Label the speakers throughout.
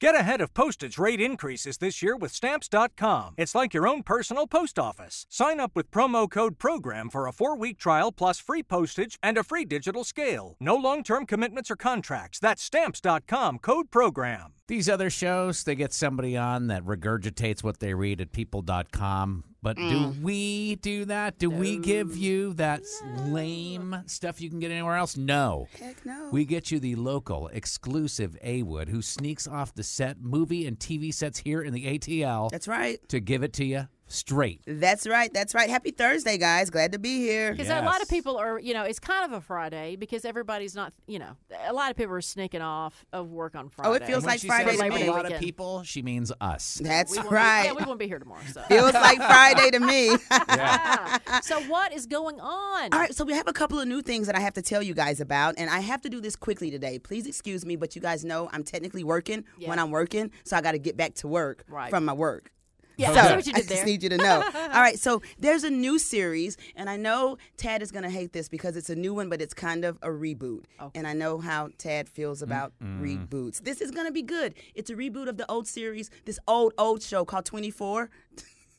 Speaker 1: Get ahead of postage rate increases this year with Stamps.com. It's like your own personal post office. Sign up with promo code PROGRAM for a four week trial plus free postage and a free digital scale. No long term commitments or contracts. That's Stamps.com code PROGRAM.
Speaker 2: These other shows, they get somebody on that regurgitates what they read at people.com. But do
Speaker 3: Mm.
Speaker 2: we do that? Do we give you that s- lame stuff you can get anywhere else? No.
Speaker 3: Heck no.
Speaker 2: We get you the local, exclusive A Wood who sneaks off the set movie and TV sets here in the ATL
Speaker 3: That's right.
Speaker 2: to give it to you straight.
Speaker 3: That's right. That's right. Happy Thursday, guys. Glad to be here.
Speaker 4: Because a lot
Speaker 2: Yes.
Speaker 4: of people are, you know, it's kind of a Friday because everybody's not, you know, a lot of people are sneaking off of work on Friday.
Speaker 3: Oh, it feels
Speaker 2: When
Speaker 3: like
Speaker 2: she
Speaker 3: Friday
Speaker 2: says
Speaker 4: to me.
Speaker 2: a lot of
Speaker 4: Weekend.
Speaker 2: people, she means us.
Speaker 3: That's
Speaker 4: We won't be-
Speaker 3: right.
Speaker 4: yeah, we won't be here tomorrow. So.
Speaker 3: Feels like Friday to me.
Speaker 4: Yeah. so what is going on?
Speaker 3: All right, so we have a couple of new things that I have to tell you guys about, and I have to do this quickly today. Please excuse me, but you guys know I'm technically working when
Speaker 4: Yeah.
Speaker 3: I'm working, so I got to get back to work
Speaker 4: Right.
Speaker 3: from my work.
Speaker 4: Yeah,
Speaker 3: so
Speaker 4: I see what you
Speaker 3: I just
Speaker 4: did there.
Speaker 3: need you to know. All right, so there's a new series, and I know Tad is going to hate this because it's a new one, but it's kind of a reboot. And I know how Tad feels about reboots. This is going to be good. It's a reboot of the old series, this old, old show called 24.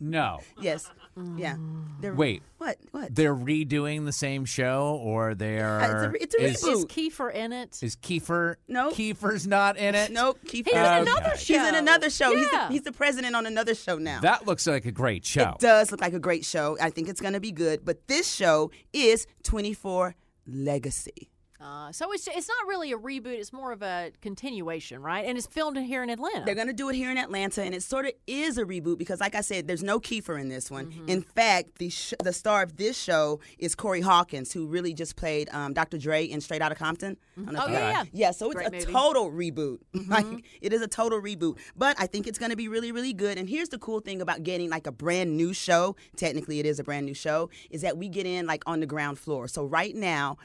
Speaker 2: No.
Speaker 3: Yes. Yeah. They're-
Speaker 2: Wait.
Speaker 3: What? What?
Speaker 2: They're redoing the same show or they're
Speaker 3: Uh, it's a re- it's a
Speaker 2: is,
Speaker 3: reboot.
Speaker 4: Is Kiefer in it?
Speaker 2: is Kiefer
Speaker 3: Nope.
Speaker 2: Kiefer's not in it?
Speaker 3: Nope. Keep
Speaker 4: He's in another show.
Speaker 3: He's in another show. He's, the,
Speaker 4: Yeah.
Speaker 3: he's the president on another show now.
Speaker 2: That looks like a great show.
Speaker 3: Does look like a great show. I think it's going to be good. But this show is 24 Legacy.
Speaker 4: Uh, so it's it's not really a reboot. It's more of a continuation, right? And it's filmed in here in Atlanta.
Speaker 3: They're going to do it here in Atlanta, and it sort of is a reboot because, like I said, there's no Kiefer in this one. In fact, the sh- the star of this show is Corey Hawkins, who really just played um, Dr. Dre in Straight Outta Compton. I don't know
Speaker 4: Oh,
Speaker 3: if you-
Speaker 4: yeah, yeah.
Speaker 3: yeah. So it's
Speaker 4: Great
Speaker 3: a
Speaker 4: movie. Mm-hmm.
Speaker 3: total reboot. Like it is a total reboot, but I think it's going to be really, really good. And here's the cool thing about getting like a brand new show. Technically, it is a brand new show. Is that we get in like on the ground floor. So right now.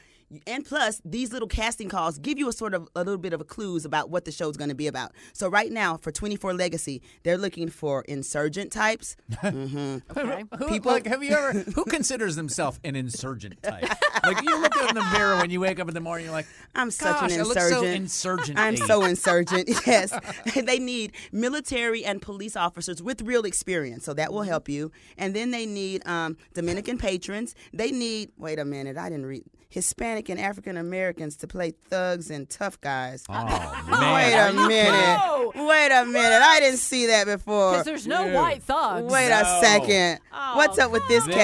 Speaker 3: And plus, these little casting calls give you a sort of a little bit of a clues about what the show's going to be about. So right now, for 24 Legacy, they're looking for insurgent types.
Speaker 4: okay.
Speaker 2: Who, like, have you ever? Who considers themselves an insurgent type? like, you look in the mirror when you wake up in the morning, you're like,
Speaker 3: I'm such
Speaker 2: Gosh,
Speaker 3: an
Speaker 2: I look so
Speaker 3: insurgent.
Speaker 2: insurgent
Speaker 3: I'm
Speaker 2: age.
Speaker 3: so insurgent. yes, they need military and police officers with real experience, so that will help you. And then they need um, Dominican patrons. They need. Wait a minute, I didn't read Hispanic and African Americans to play thugs and tough guys.
Speaker 2: oh
Speaker 3: Wait
Speaker 2: man,
Speaker 3: a minute. Wait a minute. I didn't see that before.
Speaker 4: Because there's no white thugs.
Speaker 3: Wait
Speaker 2: No.
Speaker 3: a second. What's up with this
Speaker 4: come
Speaker 2: this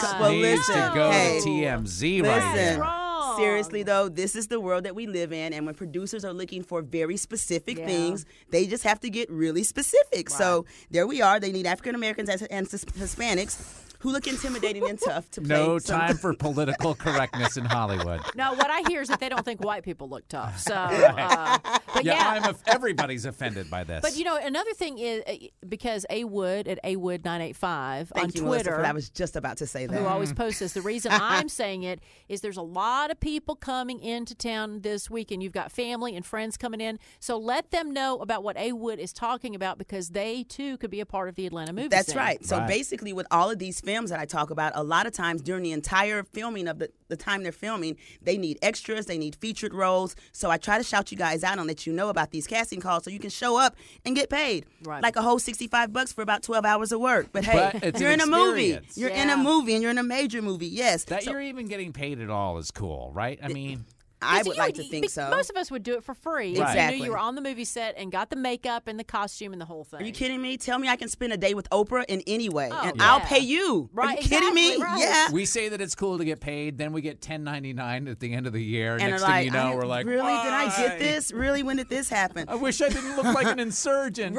Speaker 3: casting? Well,
Speaker 2: needs
Speaker 3: listen.
Speaker 2: to go
Speaker 3: hey,
Speaker 2: to TMZ right
Speaker 3: Listen,
Speaker 2: here.
Speaker 4: Wrong.
Speaker 3: seriously though, this is the world that we live in, and when producers are looking for very specific
Speaker 4: Yeah.
Speaker 3: things, they just have to get really specific. So there we are. They need African Americans and and Sis- Hispanics who look intimidating and tough to play.
Speaker 2: No
Speaker 3: some-
Speaker 2: time for political correctness in Hollywood.
Speaker 4: No, what I hear is that they don't think white people look tough. So, uh, but
Speaker 2: Yeah,
Speaker 4: yeah,
Speaker 2: I'm. Of, everybody's offended by this.
Speaker 4: But you know, another thing is uh, because A Wood at A Wood nine eight five on
Speaker 3: Thank you, Melissa, for
Speaker 4: Twitter,
Speaker 3: that. I was just about to say that.
Speaker 4: who always posts this. The reason I'm saying it is there's a lot of people coming into town this week, and you've got family and friends coming in. So let them know about what A Wood is talking about because they too could be a part of the Atlanta movie.
Speaker 3: That's
Speaker 4: scene.
Speaker 3: right. So
Speaker 2: Right.
Speaker 3: basically, with all of these films that I talk about, a lot of times during the entire filming of the, the time they're filming, they need extras, they need featured roles. So I try to shout you guys out and let you know about these casting calls so you can show up and get paid.
Speaker 4: Right.
Speaker 3: Like a whole 65 bucks for about 12 hours of work. But hey,
Speaker 2: But it's
Speaker 3: you're
Speaker 2: an
Speaker 3: in a movie.
Speaker 2: experience.
Speaker 3: You're in a
Speaker 4: Yeah.
Speaker 3: movie and you're in a major movie. Yes.
Speaker 2: that
Speaker 3: So
Speaker 2: you're even getting paid at all is cool, right? I mean,
Speaker 3: I
Speaker 4: Because
Speaker 3: would
Speaker 4: you
Speaker 3: like to think
Speaker 4: be-
Speaker 3: so.
Speaker 4: Most of us would do it for free. if You knew
Speaker 3: Exactly.
Speaker 4: you were on the movie set and got the makeup and the costume and the whole thing.
Speaker 3: Are you kidding me? Tell me I can spend a day with Oprah in any way, and
Speaker 4: Oh, yeah.
Speaker 3: I'll pay you. Are
Speaker 4: Right,
Speaker 3: you kidding me?
Speaker 4: exactly, right.
Speaker 3: Yeah.
Speaker 2: we say that it's cool to get paid, then we get 10.99 at the end of the year.
Speaker 3: and
Speaker 2: Next
Speaker 3: are
Speaker 2: thing you know,
Speaker 3: I-
Speaker 2: we're like,
Speaker 3: really? Did I
Speaker 2: "Why?
Speaker 3: get this? Really? When did this happen?
Speaker 2: I wish I didn't look like an insurgent.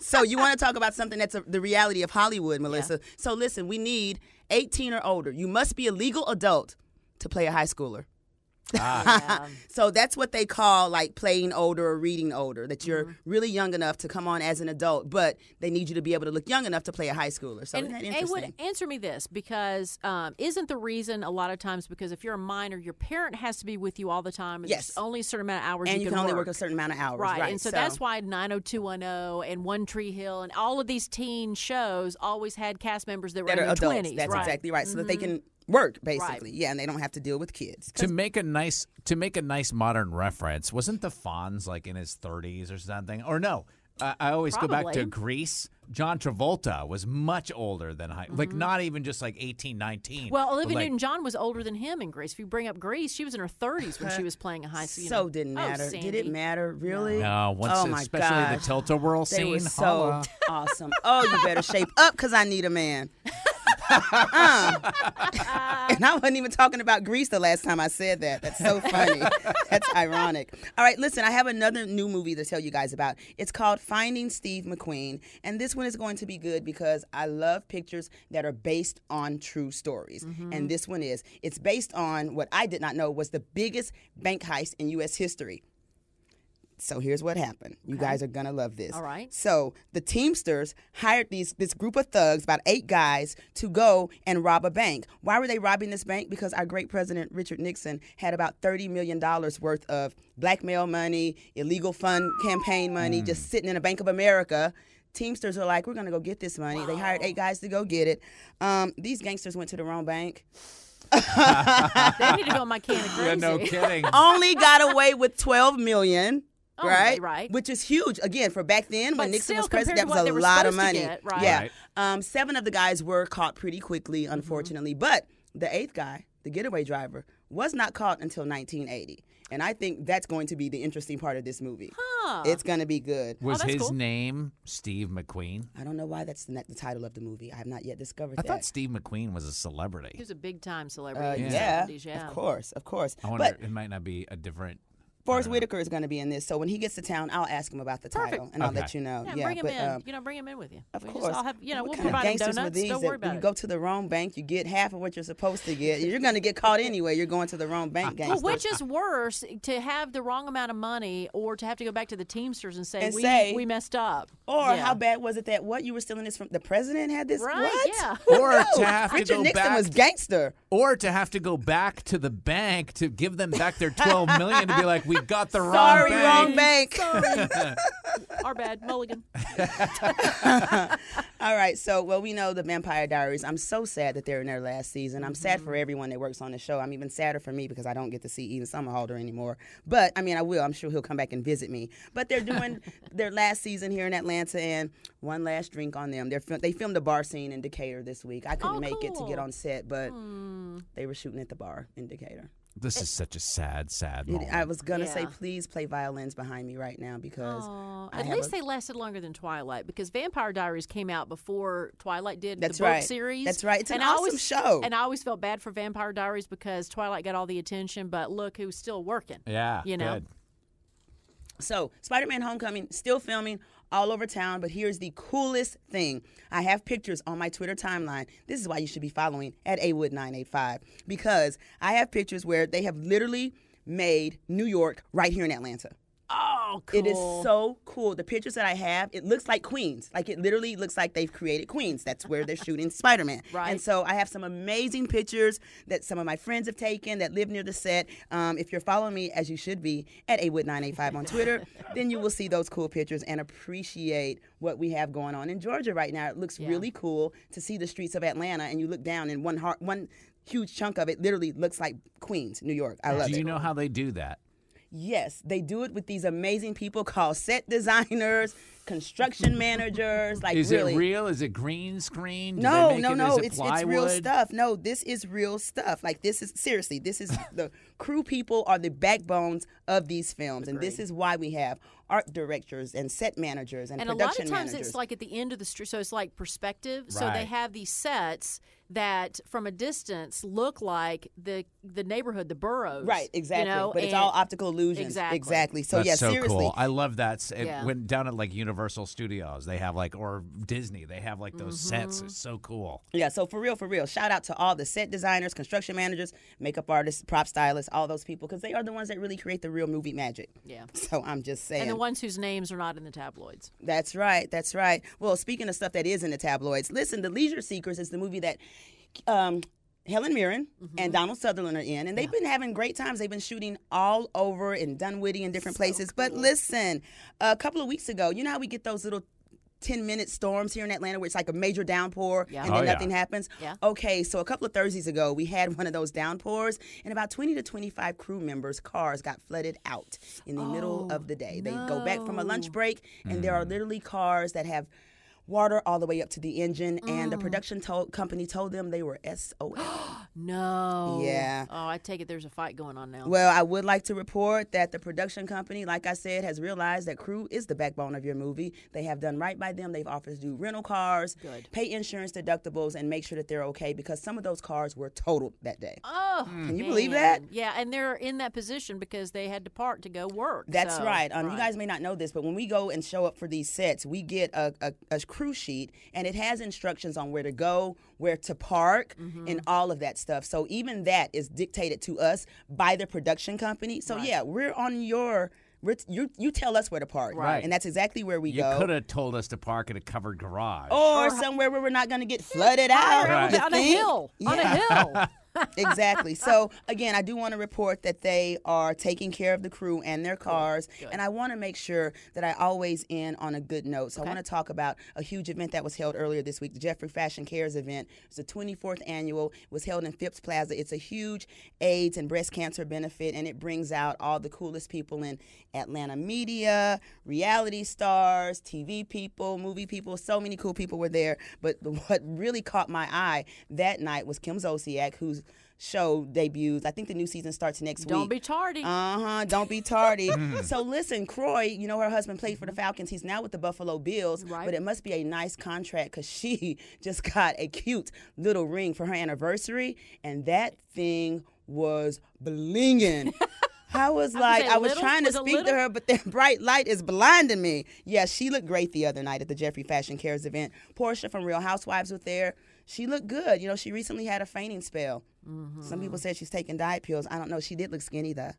Speaker 3: So you want to talk about something that's a, the reality of Hollywood, Melissa? So listen, we need 18 or older. You must be a legal adult to play a high schooler.
Speaker 4: Yeah.
Speaker 3: So that's what they call like playing older or reading older. That you're really young enough to come on as an adult, but they need you to be able to look young enough to play a high schooler. So isn't that
Speaker 4: And it
Speaker 3: interesting?
Speaker 4: would answer me this because um, isn't the reason a lot of times because if you're a minor, your parent has to be with you all the time. And
Speaker 3: Yes.
Speaker 4: there's only a certain amount of hours
Speaker 3: and you,
Speaker 4: you
Speaker 3: can, only work. a certain amount of hours,
Speaker 4: Right.
Speaker 3: right?
Speaker 4: and so, that's why 90210 and One Tree Hill and all of these teen shows always had cast members that were
Speaker 3: that
Speaker 4: in
Speaker 3: are
Speaker 4: their
Speaker 3: adults.
Speaker 4: 20s.
Speaker 3: That's
Speaker 4: right.
Speaker 3: exactly right. So that they can work basically. Yeah, and they don't have to deal with kids.
Speaker 2: To make a nice to make a nice modern reference, wasn't the Fonz like in his 30s or something? Or no, I I always go back to
Speaker 4: Probably.
Speaker 2: Greece. John Travolta was much older than high, like
Speaker 3: Mm-hmm.
Speaker 2: not even just like 18, 19.
Speaker 4: Well,
Speaker 2: but,
Speaker 4: Olivia
Speaker 2: like,
Speaker 4: Newton-John was older than him in Greece. If you bring up Greece, she was in her 30s when she was playing a high school. you
Speaker 3: so
Speaker 4: know.
Speaker 3: didn't
Speaker 4: Oh,
Speaker 3: matter. Did it
Speaker 4: Sandy.
Speaker 3: matter really?
Speaker 2: No, once
Speaker 3: oh my
Speaker 2: especially
Speaker 3: gosh.
Speaker 2: the Tilt a Whirl
Speaker 3: They
Speaker 2: scene.
Speaker 3: were so
Speaker 2: holla.
Speaker 3: awesome. Oh, you better shape up because I need a man. Uh. and I wasn't even talking about Greece the last time I said that. That's so funny. That's ironic. All right, listen, I have another new movie to tell you guys about. It's called Finding Steve McQueen. And this one is going to be good because I love pictures that are based on true stories.
Speaker 2: Mm-hmm.
Speaker 3: And this one is. It's based on what I did not know was the biggest bank heist in U.S. history. So here's what happened. You guys are gonna love this.
Speaker 4: All right.
Speaker 3: So the Teamsters hired these this group of thugs, about eight guys, to go and rob a bank. Why were they robbing this bank? Because our great president Richard Nixon had about thirty million dollars worth of blackmail money, illegal fund campaign money, just sitting in a Bank of America. Teamsters are like, we're gonna go get this money. They hired eight guys to go get it. Um, these gangsters went to the wrong bank.
Speaker 4: They need to go on my can of crazy.
Speaker 2: Yeah, no kidding.
Speaker 3: Only got away with twelve million.
Speaker 4: Only,
Speaker 3: right,
Speaker 4: Oh, right.
Speaker 3: Which is huge. Again, for back then when
Speaker 4: But
Speaker 3: Nixon
Speaker 4: still,
Speaker 3: was president,
Speaker 4: compared
Speaker 3: that
Speaker 4: to
Speaker 3: was
Speaker 4: what
Speaker 3: a
Speaker 4: they were
Speaker 3: lot of
Speaker 4: supposed to
Speaker 3: money.
Speaker 4: get, right. Mm-hmm.
Speaker 3: Yeah,
Speaker 2: Right.
Speaker 3: um, seven of the guys were caught pretty quickly, unfortunately. But the eighth guy, the getaway driver, was not caught until 1980, and I think that's going to be the interesting part of this movie. It's going to be good.
Speaker 2: Was
Speaker 4: that's
Speaker 2: his
Speaker 4: cool.
Speaker 2: name Steve McQueen?
Speaker 3: I don't know why that's the, the title of the movie. I have not yet discovered
Speaker 2: I
Speaker 3: that.
Speaker 2: thought Steve McQueen was a
Speaker 4: He
Speaker 2: celebrity.
Speaker 4: was a big-time celebrity
Speaker 3: Uh,
Speaker 4: in the
Speaker 3: yeah,
Speaker 4: 70s, yeah.
Speaker 3: of course, of course.
Speaker 2: I wonder.
Speaker 3: But
Speaker 2: it might not be a different. Uh-huh.
Speaker 3: Forrest Whitaker is going to be in this, so when he gets to town, I'll ask him about the title, and I'll
Speaker 2: Okay.
Speaker 3: let you know.
Speaker 4: Yeah, bring him
Speaker 3: but,
Speaker 4: in.
Speaker 3: um,
Speaker 4: you know, bring him in with you.
Speaker 3: Of
Speaker 4: we
Speaker 3: course.
Speaker 4: Just all have, you know,
Speaker 3: what
Speaker 4: we'll
Speaker 3: kind of
Speaker 4: provide him
Speaker 3: gangsters were
Speaker 4: donuts.
Speaker 3: these
Speaker 4: Don't
Speaker 3: that
Speaker 4: worry about
Speaker 3: you
Speaker 4: it.
Speaker 3: go to the wrong bank, you get half of what you're supposed to get. You're going to get caught anyway. You're going to the wrong bank,
Speaker 4: well,
Speaker 3: gangster.
Speaker 4: which is worse, to have the wrong amount of money or to have to go back to the Teamsters and say,
Speaker 3: And
Speaker 4: we,
Speaker 3: say-
Speaker 4: we messed up?
Speaker 3: or
Speaker 4: Yeah.
Speaker 3: how bad was it that what you were stealing this from? The president had this.
Speaker 4: Right,
Speaker 3: What?
Speaker 4: yeah.
Speaker 3: Who
Speaker 2: Or to
Speaker 3: knew?
Speaker 2: have to
Speaker 3: Richard
Speaker 2: go
Speaker 3: Nixon
Speaker 2: back-
Speaker 3: was gangster.
Speaker 2: Or to have to go back to the bank to give them back their twelve million to be like, we got the wrong
Speaker 3: Sorry,
Speaker 2: bank.
Speaker 3: wrong bank.
Speaker 4: Our bad. Mulligan.
Speaker 3: All right, so well, we know the Vampire Diaries. I'm so sad that they're in their last season. I'm sad
Speaker 4: Mm-hmm.
Speaker 3: for everyone that works on the show. I'm even sadder for me because I don't get to see Eden Summerhalder anymore. But I mean, I will. I'm sure he'll come back and visit me. But they're doing their last season here in Atlanta, and one last drink on them. They're fil- they filmed a bar scene in Decatur this week. I couldn't
Speaker 4: Oh,
Speaker 3: make it to get
Speaker 4: cool. Hmm.
Speaker 3: on set, but they were shooting at the bar in Decatur.
Speaker 2: This is such a sad, sad
Speaker 3: It-
Speaker 2: moment.
Speaker 3: I was gonna say,
Speaker 4: Oh, Yeah.
Speaker 3: please play violins behind me right now because
Speaker 4: Aw,
Speaker 3: I
Speaker 4: at
Speaker 3: have
Speaker 4: least
Speaker 3: a-
Speaker 4: they lasted longer than Twilight because Vampire Diaries came out before Twilight did
Speaker 3: That's
Speaker 4: the book
Speaker 3: right.
Speaker 4: series.
Speaker 3: That's right. It's an
Speaker 4: I
Speaker 3: awesome show.
Speaker 4: And I always felt bad for Vampire Diaries because Twilight got all the attention, but look who's still working.
Speaker 2: yeah,
Speaker 4: You know?
Speaker 2: good.
Speaker 3: So, Spider Man Homecoming, still filming all over town, but here's the coolest thing. I have pictures on my Twitter timeline. This is why you should be following at Awood985 because I have pictures where they have literally made New York right here in Atlanta.
Speaker 4: Oh, cool.
Speaker 3: It is so cool. The pictures that I have, it looks like Queens. Like it literally looks like they've created Queens. That's where they're shooting Spider Man.
Speaker 4: Right.
Speaker 3: And so I have some amazing pictures that some of my friends have taken that live near the set. Um, if you're following me, as you should be, at Awood985 on Twitter, then you will see those cool pictures and appreciate what we have going on in Georgia right now. It looks really cool to see the streets of Atlanta, and you look down, and one heart, one huge chunk of it literally looks like Queens, New York. I love
Speaker 2: Do
Speaker 3: it.
Speaker 2: you know how they do that?
Speaker 3: Yes, they do it with these amazing people called set designers, construction managers. Like
Speaker 2: Is
Speaker 3: really,
Speaker 2: it real? Is it green screen? Do they
Speaker 3: no,
Speaker 2: make
Speaker 3: no,
Speaker 2: it-
Speaker 3: no.
Speaker 2: is it
Speaker 3: It's it's real
Speaker 2: plywood?
Speaker 3: stuff. No, this is real stuff. Like this is seriously, this is the crew people are the backbones of these films, and this is why we have art directors and set managers and,
Speaker 4: and a lot
Speaker 3: production
Speaker 4: of times
Speaker 3: managers.
Speaker 4: it's like at the end of the street so it's like perspective so they
Speaker 2: Right.
Speaker 4: have these sets that from a distance look like the the neighborhood the boroughs
Speaker 3: right, exactly.
Speaker 4: you know,
Speaker 3: but it's
Speaker 4: and-
Speaker 3: all optical illusions.
Speaker 4: Exactly.
Speaker 3: exactly. So
Speaker 2: That's
Speaker 3: yeah,
Speaker 2: so
Speaker 3: seriously.
Speaker 2: cool. I love that. S- It
Speaker 4: Yeah.
Speaker 2: went down at like Universal Studios. They have like or Disney. They have like those
Speaker 4: Mm-hmm.
Speaker 2: sets. It's so cool.
Speaker 3: Yeah, so for real, for real, shout out to all the set designers, construction managers, makeup artists, prop stylists, all those people, because they are the ones that really create the real movie magic.
Speaker 4: Yeah.
Speaker 3: So I'm just saying.
Speaker 4: and the ones whose names are not in the tabloids
Speaker 3: That's right. That's right. Well, speaking of stuff that is in the tabloids, listen, The Leisure Seekers is the movie that um, Helen Mirren
Speaker 4: Mm-hmm.
Speaker 3: and Donald Sutherland are in, and they've been having great times. They've been shooting all over in Dunwoody and different places. But listen, a couple of weeks ago, you know how we get those little 10 minute storms here in Atlanta where it's like a major downpour
Speaker 4: Yeah.
Speaker 3: and then
Speaker 2: Oh, yeah.
Speaker 3: nothing happens.
Speaker 4: Yeah.
Speaker 3: Okay, so a couple of Thursdays ago, we had one of those downpours, and about 20 to 25 crew members' cars got flooded out in the middle of the day. They go back from a lunch break, and there are literally cars that have water all the way up to the engine, and the production told, company told them they were SOL.
Speaker 4: No.
Speaker 3: Yeah.
Speaker 4: Oh, I take it there's a fight going on now.
Speaker 3: Well, I would like to report that the production company, like I said, has realized that crew is the backbone of your movie. They have done right by them. They've offered to do rental cars,
Speaker 4: Good.
Speaker 3: pay insurance deductibles, and make sure that they're okay because some of those cars were totaled that day.
Speaker 4: Oh,
Speaker 3: Can you believe that?
Speaker 4: man. Yeah, and they're in that position because they had to part to go work.
Speaker 3: That's
Speaker 4: so-
Speaker 3: right. Um, You guys may not know this, but when we go and show up for these sets, we get a, a, a crew sheet and it has instructions on where to go, where to park,
Speaker 4: Mm-hmm.
Speaker 3: and all of that stuff. So even that is dictated to us by the production company. So yeah, we're on your. We're t- you you tell us where to park,
Speaker 2: Right.
Speaker 3: And that's exactly where we
Speaker 2: You
Speaker 3: go,
Speaker 2: could have told us to park at a covered garage.
Speaker 3: or somewhere where we're not going to get flooded out.
Speaker 2: Right.
Speaker 3: You
Speaker 4: On a
Speaker 3: think?
Speaker 4: hill. On a
Speaker 3: Yeah.
Speaker 4: hill.
Speaker 3: exactly. So again, I do want to report that they are taking care of the crew and their cars, and I want to make sure that I always end on a good note. So I want to talk about a huge event that was held earlier this week, the Jeffrey Fashion Cares event. It's the 24th annual. It was held in Phipps Plaza. It's a huge AIDS and breast cancer benefit, and it brings out all the coolest people in Atlanta media, reality stars, TV people, movie people. So many cool people were there. But what really caught my eye that night was Kim Zolciak, whose show debuts. I think the new season starts next week.
Speaker 4: Don't be tardy.
Speaker 3: Uh huh. Don't be tardy. so listen, Croy. You know her husband played for the Falcons. He's now with the Buffalo Bills.
Speaker 4: Mm-hmm. Right.
Speaker 3: But it must be a nice contract because she just got a cute little ring for her anniversary, and that thing was blinging. I was like,
Speaker 4: say
Speaker 3: I was
Speaker 4: little?
Speaker 3: trying to
Speaker 4: Was it
Speaker 3: speak to
Speaker 4: little?
Speaker 3: her, but that bright light is blinding me. Yeah, she looked great the other night at the Jeffrey Fashion Cares event. Portia from Real Housewives was there. She looked good. You know, she recently had a fainting spell. Some
Speaker 4: Mm-hmm.
Speaker 3: people said she's taking diet pills. I don't know. She did look skinny though.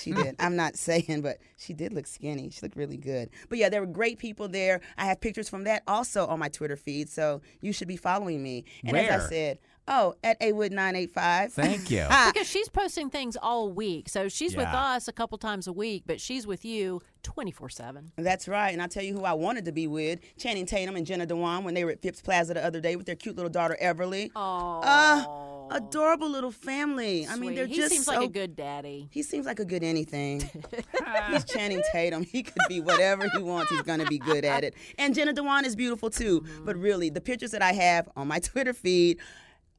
Speaker 3: she did. I'm not saying, but she did look skinny. She looked really good. But yeah, there were great people there. I have pictures from that also on my Twitter feed, so you should be following me. And as I
Speaker 2: Where?
Speaker 3: said, oh, at Awood985.
Speaker 2: Thank you.
Speaker 4: because she's posting things all week. So she's with
Speaker 2: Yeah.
Speaker 4: us a couple times a week, but she's with you 24 7.
Speaker 3: That's right. And I'll tell you who I wanted to be with Channing Tatum and Jenna Dewan when they were at Phipps Plaza the other day with their cute little daughter, Everly.
Speaker 4: Oh.
Speaker 3: Uh, adorable little family. I mean, they're
Speaker 4: he
Speaker 3: just
Speaker 4: seems
Speaker 3: so
Speaker 4: like a good daddy.
Speaker 3: He seems like a good anything. He's Channing Tatum. He could be whatever he wants. He's gonna be good at it. And Jenna Dewan is beautiful too. But really, the pictures that I have on my Twitter feed.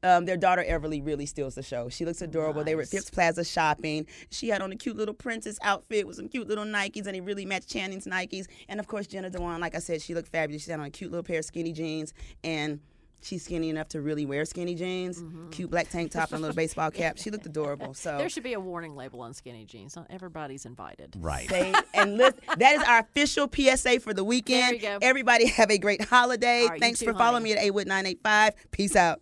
Speaker 3: Um, their daughter Everly really steals the show. She looks adorable. They were at Phipps Plaza shopping. She had on a cute little princess outfit with some cute little Nikes, and it really matched Channing's Nikes. And of course, Jenna Dewan, like I said, she looked fabulous. She had on a cute little pair of skinny jeans, and she's skinny enough to really wear skinny jeans. Cute black tank top and a little baseball cap. She looked adorable. So
Speaker 4: There should be a warning label on skinny jeans. Not everybody's invited.
Speaker 2: right.
Speaker 3: Say- and listen, that is our official PSA for the weekend.
Speaker 4: There you go.
Speaker 3: Everybody have a great holiday.
Speaker 4: right, you
Speaker 3: Thanks
Speaker 4: too,
Speaker 3: for following me
Speaker 4: honey.
Speaker 3: at Awood985. Peace out.